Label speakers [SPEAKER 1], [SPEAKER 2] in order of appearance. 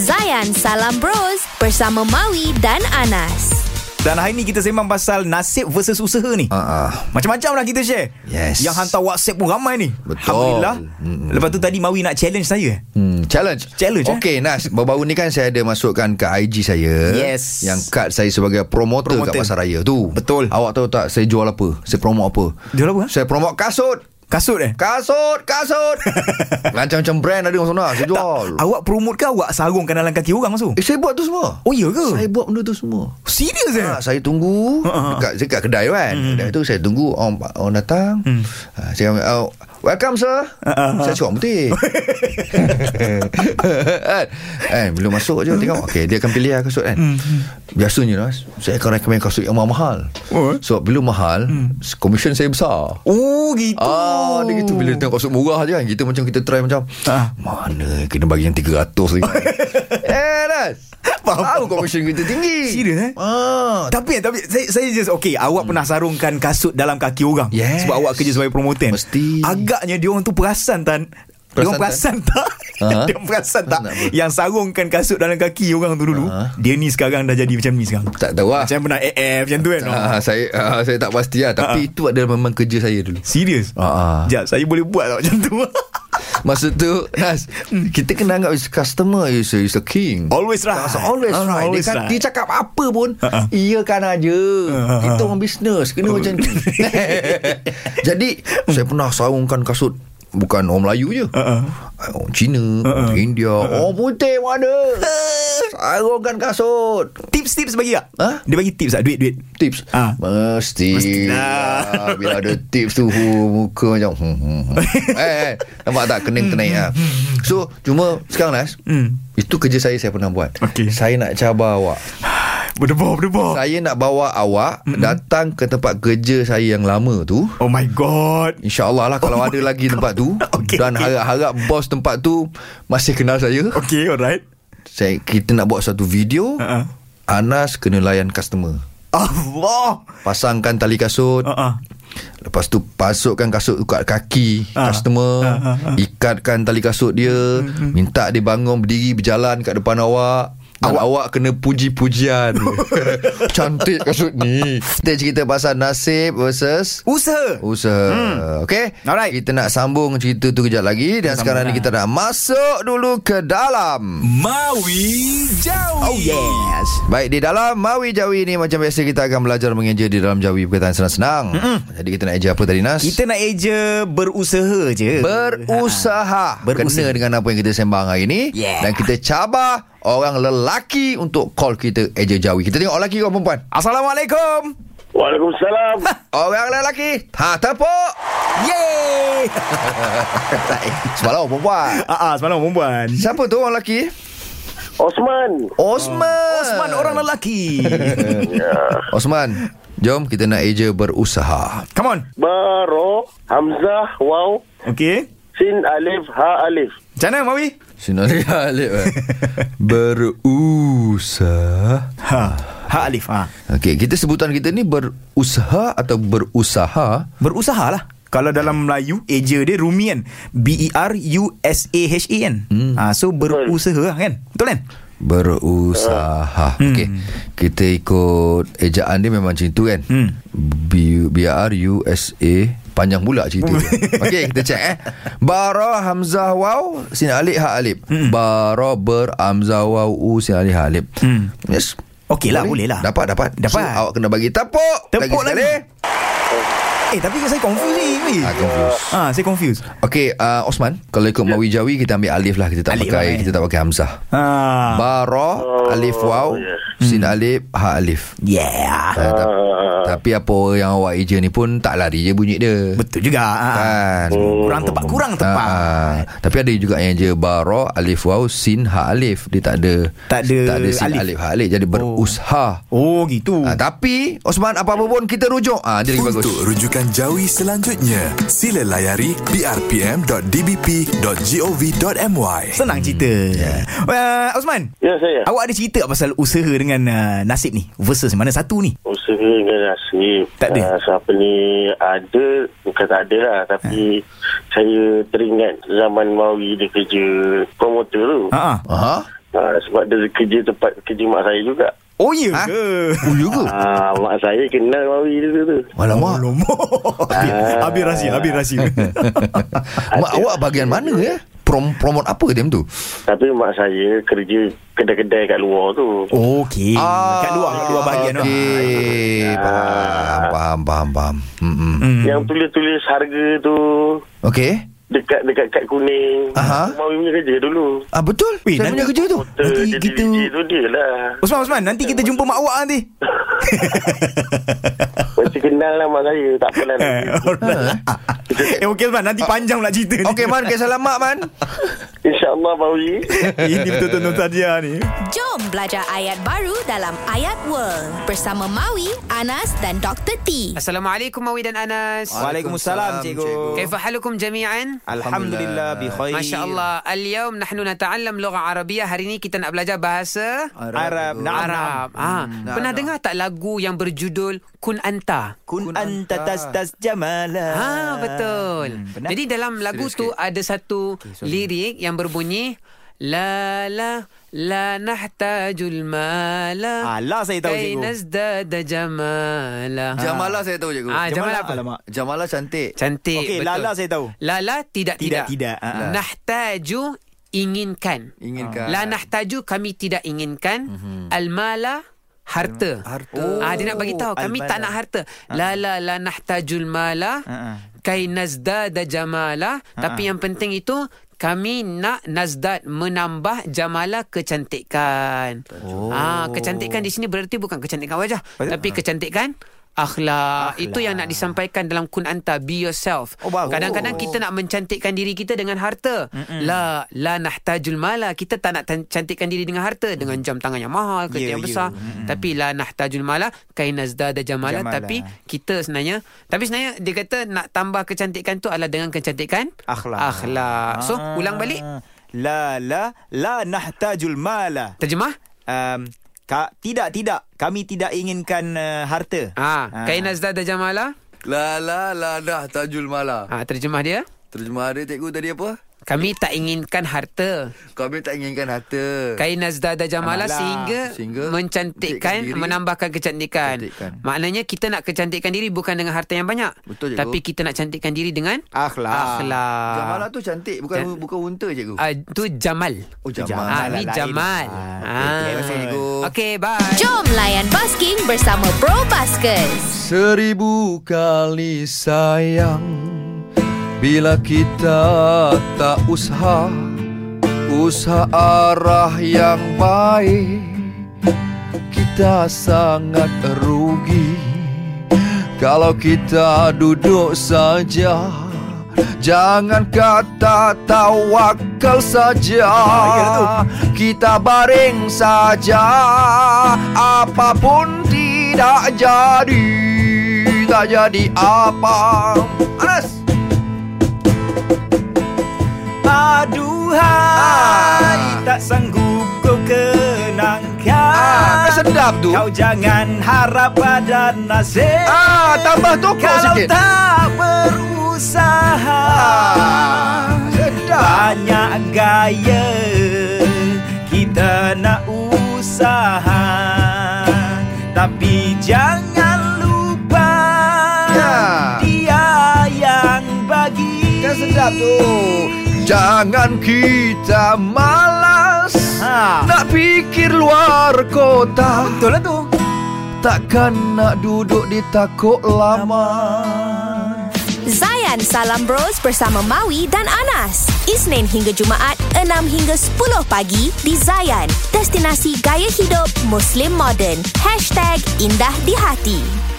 [SPEAKER 1] Zayan Salam Bros bersama Maui dan Anas.
[SPEAKER 2] Dan hari ni kita sembang pasal nasib versus usaha ni.
[SPEAKER 3] Ah, ah.
[SPEAKER 2] Macam-macam lah kita share.
[SPEAKER 3] Yes.
[SPEAKER 2] Yang hantar WhatsApp pun ramai ni.
[SPEAKER 3] Betul.
[SPEAKER 2] Alhamdulillah. Mm-mm. Lepas tu tadi Mawi nak challenge saya.
[SPEAKER 3] Hmm, challenge.
[SPEAKER 2] Challenge, eh?
[SPEAKER 3] Okey, Nas, baru-baru ni kan saya ada masukkan ke IG saya.
[SPEAKER 2] Yes.
[SPEAKER 3] Yang kad saya sebagai promoter,
[SPEAKER 2] Promoter.
[SPEAKER 3] kat pasar raya tu.
[SPEAKER 2] Betul.
[SPEAKER 3] Awak tahu tak saya jual apa? Saya promote apa?
[SPEAKER 2] Jual apa? eh?
[SPEAKER 3] Saya promote kasut.
[SPEAKER 2] Kasut eh?
[SPEAKER 3] Kasut, kasut. Macam-macam brand ada orang sana. Saya jual.
[SPEAKER 2] Awak promote ke awak sarungkan dalam kaki orang masuk?
[SPEAKER 3] eh, saya buat tu semua.
[SPEAKER 2] Oh iya ke?
[SPEAKER 3] Saya buat benda tu semua.
[SPEAKER 2] Serius eh?
[SPEAKER 3] Ha, saya
[SPEAKER 2] Ha,
[SPEAKER 3] tunggu
[SPEAKER 2] ha, ha.
[SPEAKER 3] dekat dekat kedai kan. Hmm. Kedai tu saya tunggu orang orang datang. Hmm. Ha, saya oh, welcome sir.
[SPEAKER 2] ha, ha.
[SPEAKER 3] Saya cuak putih. Kan? eh belum masuk je tengok. Okey, dia akan pilih lah kasut kan.
[SPEAKER 2] Hmm,
[SPEAKER 3] Biasanya Nas, saya akan recommend kasut yang mahal.
[SPEAKER 2] Oh, eh? Hmm.
[SPEAKER 3] Sebab bila mahal, komisen saya besar.
[SPEAKER 2] Oh gitu.
[SPEAKER 3] Ah, dia gitu bila tengok kasut murah je kan. Kita macam kita try macam
[SPEAKER 2] Ah.
[SPEAKER 3] ah. mana kena bagi yang 300 lagi. eh, Nas.
[SPEAKER 2] Faham,
[SPEAKER 3] Tahu
[SPEAKER 2] faham.
[SPEAKER 3] komisen kita tinggi.
[SPEAKER 2] Serius, eh?
[SPEAKER 3] Ah,
[SPEAKER 2] Tapi tapi saya saya just okay awak pernah sarungkan kasut dalam kaki orang
[SPEAKER 3] Hmm. Yes.
[SPEAKER 2] sebab awak kerja sebagai promoter.
[SPEAKER 3] Mesti.
[SPEAKER 2] Agaknya dia orang tu perasan tan dia orang perasan
[SPEAKER 3] Perasan
[SPEAKER 2] tak?
[SPEAKER 3] Aha.
[SPEAKER 2] dia orang perasan tak?
[SPEAKER 3] Nak apa? Ha?
[SPEAKER 2] Yang sarungkan kasut dalam kaki orang tu dulu.
[SPEAKER 3] Aha.
[SPEAKER 2] Dia ni sekarang dah jadi macam ni sekarang.
[SPEAKER 3] Tak tahu lah
[SPEAKER 2] Macam pernah AF macam tu kan.
[SPEAKER 3] Ah, saya ah, saya tak pasti lah
[SPEAKER 2] Ah.
[SPEAKER 3] Tapi itu adalah memang kerja saya dulu
[SPEAKER 2] Serius?
[SPEAKER 3] Ah, ah.
[SPEAKER 2] Sekejap, saya boleh buat tak macam tu?
[SPEAKER 3] Masa tu Nas Kita kena anggap is Customer is, is the king
[SPEAKER 2] Hmm. always right.
[SPEAKER 3] That's Always
[SPEAKER 2] Ah,
[SPEAKER 3] right,
[SPEAKER 2] Always
[SPEAKER 3] dia, kan,
[SPEAKER 2] right.
[SPEAKER 3] dia cakap apa pun
[SPEAKER 2] Ah, ah.
[SPEAKER 3] Iya kan aja
[SPEAKER 2] Ah, ah,
[SPEAKER 3] Kita
[SPEAKER 2] ah.
[SPEAKER 3] orang bisnes Kena macam tu Jadi Saya pernah sarungkan kasut Bukan orang Melayu je
[SPEAKER 2] Ah, ah.
[SPEAKER 3] Orang Cina Orang India Orang putih pun ada Sarungkan kasut
[SPEAKER 2] Tips-tips bagi tak?
[SPEAKER 3] Ah?
[SPEAKER 2] Dia bagi tips tak? Duit-duit.
[SPEAKER 3] tips
[SPEAKER 2] Ah.
[SPEAKER 3] ha. mesti,
[SPEAKER 2] Mesti
[SPEAKER 3] mesti
[SPEAKER 2] lah.
[SPEAKER 3] lah. bila ada tips tu hu, muka macam hmm, hmm, hmm. eh, eh nampak tak kening kening ah so cuma sekarang Nas
[SPEAKER 2] Hmm.
[SPEAKER 3] itu kerja saya saya pernah buat
[SPEAKER 2] Okey. Oh.
[SPEAKER 3] saya nak cabar awak
[SPEAKER 2] Berdebar, berdebar.
[SPEAKER 3] saya nak bawa awak
[SPEAKER 2] Hmm,
[SPEAKER 3] mm datang ke tempat kerja saya yang lama tu
[SPEAKER 2] Oh my god.
[SPEAKER 3] InsyaAllah lah kalau
[SPEAKER 2] Oh
[SPEAKER 3] ada
[SPEAKER 2] my
[SPEAKER 3] lagi
[SPEAKER 2] God.
[SPEAKER 3] tempat tu
[SPEAKER 2] Okey,
[SPEAKER 3] Dan
[SPEAKER 2] okey.
[SPEAKER 3] harap-harap bos tempat tu Masih kenal saya
[SPEAKER 2] Okay, alright.
[SPEAKER 3] saya Kita nak buat satu video
[SPEAKER 2] Ah, ah.
[SPEAKER 3] Anas kena layan customer
[SPEAKER 2] Allah.
[SPEAKER 3] Pasangkan tali kasut
[SPEAKER 2] Uh-uh.
[SPEAKER 3] Lepas tu pasukkan kasut tu kat kaki
[SPEAKER 2] Ah.
[SPEAKER 3] ah. customer,
[SPEAKER 2] Ah, ah, ah. Hmm,
[SPEAKER 3] ikatkan tali kasut dia, minta dia bangun berdiri berjalan kat depan awak. Dan awak, awak kena puji-pujian Cantik kasut ni Kita cerita pasal nasib versus
[SPEAKER 2] Usaha.
[SPEAKER 3] Usaha hmm. Okay
[SPEAKER 2] Alright.
[SPEAKER 3] Kita nak sambung cerita tu kejap lagi Dan sekarang ni kita nak masuk dulu ke dalam
[SPEAKER 2] Maui Jawi. Oh yes.
[SPEAKER 3] Baik di dalam Mawi Jawi ni Macam biasa kita akan belajar mengeja di dalam Jawi Perkataan senang-senang Jadi kita nak eja apa tadi Nas?
[SPEAKER 2] Hmm. Kita nak eja berusaha je.
[SPEAKER 3] Berusaha
[SPEAKER 2] Berusaha.
[SPEAKER 3] Kena dengan apa yang kita sembang hari ni
[SPEAKER 2] Yeah.
[SPEAKER 3] Dan kita cabar Orang lelaki Untuk call kita Eja Jawi Kita tengok orang lelaki ke orang perempuan
[SPEAKER 2] Assalamualaikum.
[SPEAKER 4] Waalaikumsalam.
[SPEAKER 3] Orang lelaki Ha tepuk
[SPEAKER 2] Yeay.
[SPEAKER 3] Semalam orang perempuan
[SPEAKER 2] Ah, ah semalam perempuan.
[SPEAKER 3] Siapa tu orang lelaki?
[SPEAKER 4] Osman.
[SPEAKER 3] Osman
[SPEAKER 2] Osman orang lelaki.
[SPEAKER 3] Osman Jom kita nak eja berusaha
[SPEAKER 2] Come on.
[SPEAKER 4] Baro. Hamzah. Wow.
[SPEAKER 2] Okay.
[SPEAKER 4] Sin Alif. Ha Alif.
[SPEAKER 2] Macam mana Mawi?
[SPEAKER 3] Sinali Alif eh? Berusaha
[SPEAKER 2] Ha. Ha Alif. Ha.
[SPEAKER 3] Okey, kita sebutan kita ni berusaha atau berusaha
[SPEAKER 2] Berusaha lah. Kalau dalam Melayu, eja dia rumi kan. B-E-R-U-S-A-H-A kan. Hmm. Ha, so berusaha lah kan. Betul kan?
[SPEAKER 3] Berusaha hmm. Okey Kita ikut Ejaan dia memang macam tu kan
[SPEAKER 2] Hmm.
[SPEAKER 3] B- B-R-U-S-A Panjang pula cerita dia Okey kita check eh Bara Hamzah Waw Sin Alif Ha Alif hmm. Bara Ber Hamzah Waw U Sin Alif Ha Alif
[SPEAKER 2] Hmm.
[SPEAKER 3] Yes
[SPEAKER 2] Okey lah, boleh lah.
[SPEAKER 3] Dapat dapat
[SPEAKER 2] Dapat.
[SPEAKER 3] so, Awak kena bagi tepuk
[SPEAKER 2] Tepuk lagi.
[SPEAKER 3] sekali.
[SPEAKER 2] Eh, tapi saya confused ni. Mawi.
[SPEAKER 3] Ah, confused.
[SPEAKER 2] Ah, saya confused.
[SPEAKER 3] Okey uh, Osman Kalau ikut Mawi Jawi Kita ambil Alif lah Kita tak
[SPEAKER 2] Ya. Alif
[SPEAKER 3] pakai
[SPEAKER 2] lah, eh.
[SPEAKER 3] Kita tak pakai Hamzah
[SPEAKER 2] Ah.
[SPEAKER 3] Bara Alif Waw
[SPEAKER 4] yeah.
[SPEAKER 3] Sin Alif Ha Alif
[SPEAKER 2] yeah.
[SPEAKER 3] Ah, tap- Tapi apa yang awak eja ni pun tak lari je bunyi dia.
[SPEAKER 2] Betul juga. Ah.
[SPEAKER 3] Kan?
[SPEAKER 2] Kurang tepat, kurang tepat.
[SPEAKER 3] Eh. Ah, tapi ada juga yang je bara alif waw sin ha alif dia tak ada
[SPEAKER 2] Tak ada
[SPEAKER 3] tak ada sin
[SPEAKER 2] alif.
[SPEAKER 3] alif, alif ha alif jadi berusha.
[SPEAKER 2] Oh, gitu.
[SPEAKER 3] Ah, tapi Osman apa-apa pun kita rujuk. Ah dia lagi bagus.
[SPEAKER 5] Untuk rujukan jawi selanjutnya, sila layari brpm.dbp.gov.my.
[SPEAKER 2] Senang
[SPEAKER 3] Hmm.
[SPEAKER 2] cerita.
[SPEAKER 3] Ya.
[SPEAKER 2] Yeah. Uh, Osman,
[SPEAKER 4] Ya saya.
[SPEAKER 2] awak ada cerita tak pasal usaha dengan uh, nasib ni versus mana satu ni?
[SPEAKER 4] Usaha dengan nasib.
[SPEAKER 2] Tak ada?
[SPEAKER 4] Ah, siapa ni ada. Bukan tak ada lah. Tapi
[SPEAKER 2] Eh.
[SPEAKER 4] saya teringat zaman Mawi dia kerja promoter tu.
[SPEAKER 2] Ha ah.
[SPEAKER 3] Aha.
[SPEAKER 4] Ah, sebab dia kerja tempat kerja mak saya juga.
[SPEAKER 2] Oh ya ha? ke?
[SPEAKER 3] Oh juga
[SPEAKER 4] Ah, mak saya kenal Mawi dulu tu.
[SPEAKER 3] Alamak Ah.
[SPEAKER 2] Alamak. Habis, habis rahsia, habis rahsia.
[SPEAKER 3] Mak awak bahagian mana ya Prom Promote apa dia tu
[SPEAKER 4] Tapi mak saya kerja kedai-kedai kat luar tu.
[SPEAKER 2] Hmm. Okey. Ah, kat luar, kat luar bahagian tu. Ah,
[SPEAKER 3] okay. Faham Faham Faham Faham Mm-mm.
[SPEAKER 4] Hmm. Yang tulis-tulis harga tu
[SPEAKER 3] Okay
[SPEAKER 4] dekat dekat kat kuning.
[SPEAKER 3] Aha.
[SPEAKER 4] Mawi punya kerja dulu.
[SPEAKER 3] Ah betul
[SPEAKER 2] Weh,
[SPEAKER 3] Saya
[SPEAKER 2] nanti-
[SPEAKER 3] punya kerja tu
[SPEAKER 4] Motor jadi kita... tu dia lah.
[SPEAKER 2] Osman, Osman, nanti kita jumpa mak awak nanti.
[SPEAKER 4] Macam kenal lah mak saya. Tak apalah.
[SPEAKER 2] Eh, alright. eh okey Osman,
[SPEAKER 3] Ah.
[SPEAKER 2] nanti panjang pula cerita ni.
[SPEAKER 3] Okay Man Kisah lama Man
[SPEAKER 4] InsyaAllah Mawi.
[SPEAKER 2] Ini betul-betul nostalgia ni.
[SPEAKER 1] Jom belajar ayat baru dalam Ayat World bersama Maui, Anas dan Dr. T.
[SPEAKER 6] Assalamualaikum Mawi dan Anas.
[SPEAKER 2] Waalaikumsalam, cikgu.
[SPEAKER 6] كيف حالكم جميعا؟
[SPEAKER 2] Alhamdulillah bi khair.
[SPEAKER 6] ما شاء الله اليوم نحن نتعلم لغة عربية hari ini kita nak belajar bahasa
[SPEAKER 2] Arab, Hmm, Naam,
[SPEAKER 6] Arab. Ah, pernah dengar tak lagu yang berjudul Kun Anta?
[SPEAKER 2] Kun anta Ha, tastas jamala.
[SPEAKER 6] Ah, betul.
[SPEAKER 2] Eh, hmm, pernah.
[SPEAKER 6] Jadi dalam lagu tu ada satu lirik yang berbunyi la la la nahtajul mala.
[SPEAKER 2] Alah saya Ah, tahu
[SPEAKER 6] Kay
[SPEAKER 2] cikgu.
[SPEAKER 6] nazdada jamala.
[SPEAKER 3] Jamala saya tahu cikgu
[SPEAKER 6] Ah, Jamala apa?
[SPEAKER 2] Alamak.
[SPEAKER 3] Jamala cantik
[SPEAKER 6] Cantik.
[SPEAKER 2] Okey,
[SPEAKER 6] betul.
[SPEAKER 2] Lala saya tahu.
[SPEAKER 6] Lala tidak
[SPEAKER 2] Tidak,
[SPEAKER 6] tidak.
[SPEAKER 2] tidak. Ha, ha.
[SPEAKER 6] Nahtaju inginkan.
[SPEAKER 3] Inginkan.
[SPEAKER 6] La nahtaju kami tidak inginkan. Almala harta.
[SPEAKER 3] Harta.
[SPEAKER 6] Oh, ah, dia nak bagi tahu kami tak
[SPEAKER 2] almala.
[SPEAKER 6] nak harta. La la la nahtajul mala.
[SPEAKER 2] ha.
[SPEAKER 6] Kai nazdada jamala. Tapi yang penting itu kami nak nazdad menambah jamala kecantikan. Oh. Ah, kecantikan di sini berarti bukan kecantikan wajah, tapi kecantikan akhlak. Itu yang nak disampaikan dalam kun anta be yourself.
[SPEAKER 2] Oh, bagus.
[SPEAKER 6] Kadang-kadang kita nak mencantikkan diri kita dengan harta. Mm-mm. La la nahtajul mala. Kita tak nak tan- cantikkan diri dengan harta dengan jam tangan yang mahal, kereta
[SPEAKER 2] Ya,
[SPEAKER 6] yang
[SPEAKER 2] ya.
[SPEAKER 6] besar. Mm-mm. Tapi la nahtajul mala kainazda da jamala.
[SPEAKER 2] Jamala.
[SPEAKER 6] Tapi kita sebenarnya tapi sebenarnya dia kata nak tambah kecantikan tu adalah dengan kecantikan
[SPEAKER 2] Akhlak.
[SPEAKER 6] Akhlak. Ah. So ulang balik
[SPEAKER 2] La la la nahtajul mala.
[SPEAKER 6] terjemah.
[SPEAKER 2] Um, ka, tidak tidak kami tidak inginkan uh, harta.
[SPEAKER 6] Ah, kainazda da jamala.
[SPEAKER 3] La la la dah Tajul Mala
[SPEAKER 6] Ah terjemah dia.
[SPEAKER 3] Terjemah dia cikgu tadi apa?
[SPEAKER 6] Kami tak inginkan harta.
[SPEAKER 3] Kami tak inginkan harta
[SPEAKER 6] Kain nazdada
[SPEAKER 2] Jamala.
[SPEAKER 6] jamala lah sehingga,
[SPEAKER 3] Sehingga
[SPEAKER 6] sehingga
[SPEAKER 3] cantikkan
[SPEAKER 6] mencantikkan
[SPEAKER 3] diri.
[SPEAKER 6] menambahkan kecantikan.
[SPEAKER 3] Cantikkan.
[SPEAKER 6] Maknanya kita nak kecantikan diri bukan dengan harta yang banyak.
[SPEAKER 3] Betul, cikgu.
[SPEAKER 6] Tapi kita nak cantikkan diri dengan
[SPEAKER 2] Akhlak.
[SPEAKER 6] Akhlak.
[SPEAKER 3] Jamala tu cantik Bukan bukan unta cikgu
[SPEAKER 6] Ah, tu Jamal.
[SPEAKER 3] Oh
[SPEAKER 6] Ah,
[SPEAKER 2] Jamal.
[SPEAKER 6] ni
[SPEAKER 2] lah Lain.
[SPEAKER 6] Jamal.
[SPEAKER 2] Ah,
[SPEAKER 6] Ah,
[SPEAKER 2] okey, terima kasih, cikgu.
[SPEAKER 6] Okey, bye.
[SPEAKER 1] Jom layan basking bersama Bro Baskers.
[SPEAKER 3] Seribu kali sayang Bila kita tak usaha Usaha arah yang baik Kita sangat rugi Kalau kita duduk saja Jangan kata tawakal saja Kita baring saja Apapun tidak jadi Tak jadi apa Anas
[SPEAKER 2] Aduhai
[SPEAKER 3] Ah.
[SPEAKER 2] tak sanggup kau
[SPEAKER 3] Ah, kan
[SPEAKER 2] kenangkan.
[SPEAKER 3] sedap tu
[SPEAKER 2] Kau jangan harap pada nasib.
[SPEAKER 3] Ah, tambah tokok
[SPEAKER 2] Kalau
[SPEAKER 3] sikit
[SPEAKER 2] tak berusaha
[SPEAKER 3] Ah, sedap.
[SPEAKER 2] Banyak gaya Kita nak usaha Tapi jangan lupa
[SPEAKER 3] Ya.
[SPEAKER 2] Dia yang bagi
[SPEAKER 3] Kan sedap tu Jangan kita malas
[SPEAKER 2] Ha.
[SPEAKER 3] Nak fikir luar kota
[SPEAKER 2] Betul lah tu
[SPEAKER 3] Takkan nak duduk di takut lama
[SPEAKER 1] Zayan Salam Bros bersama Maui dan Anas. Isnin hingga Jumaat 6 hingga 10 pagi di Zayan. Destinasi gaya hidup Muslim Modern. #IndahDiHati.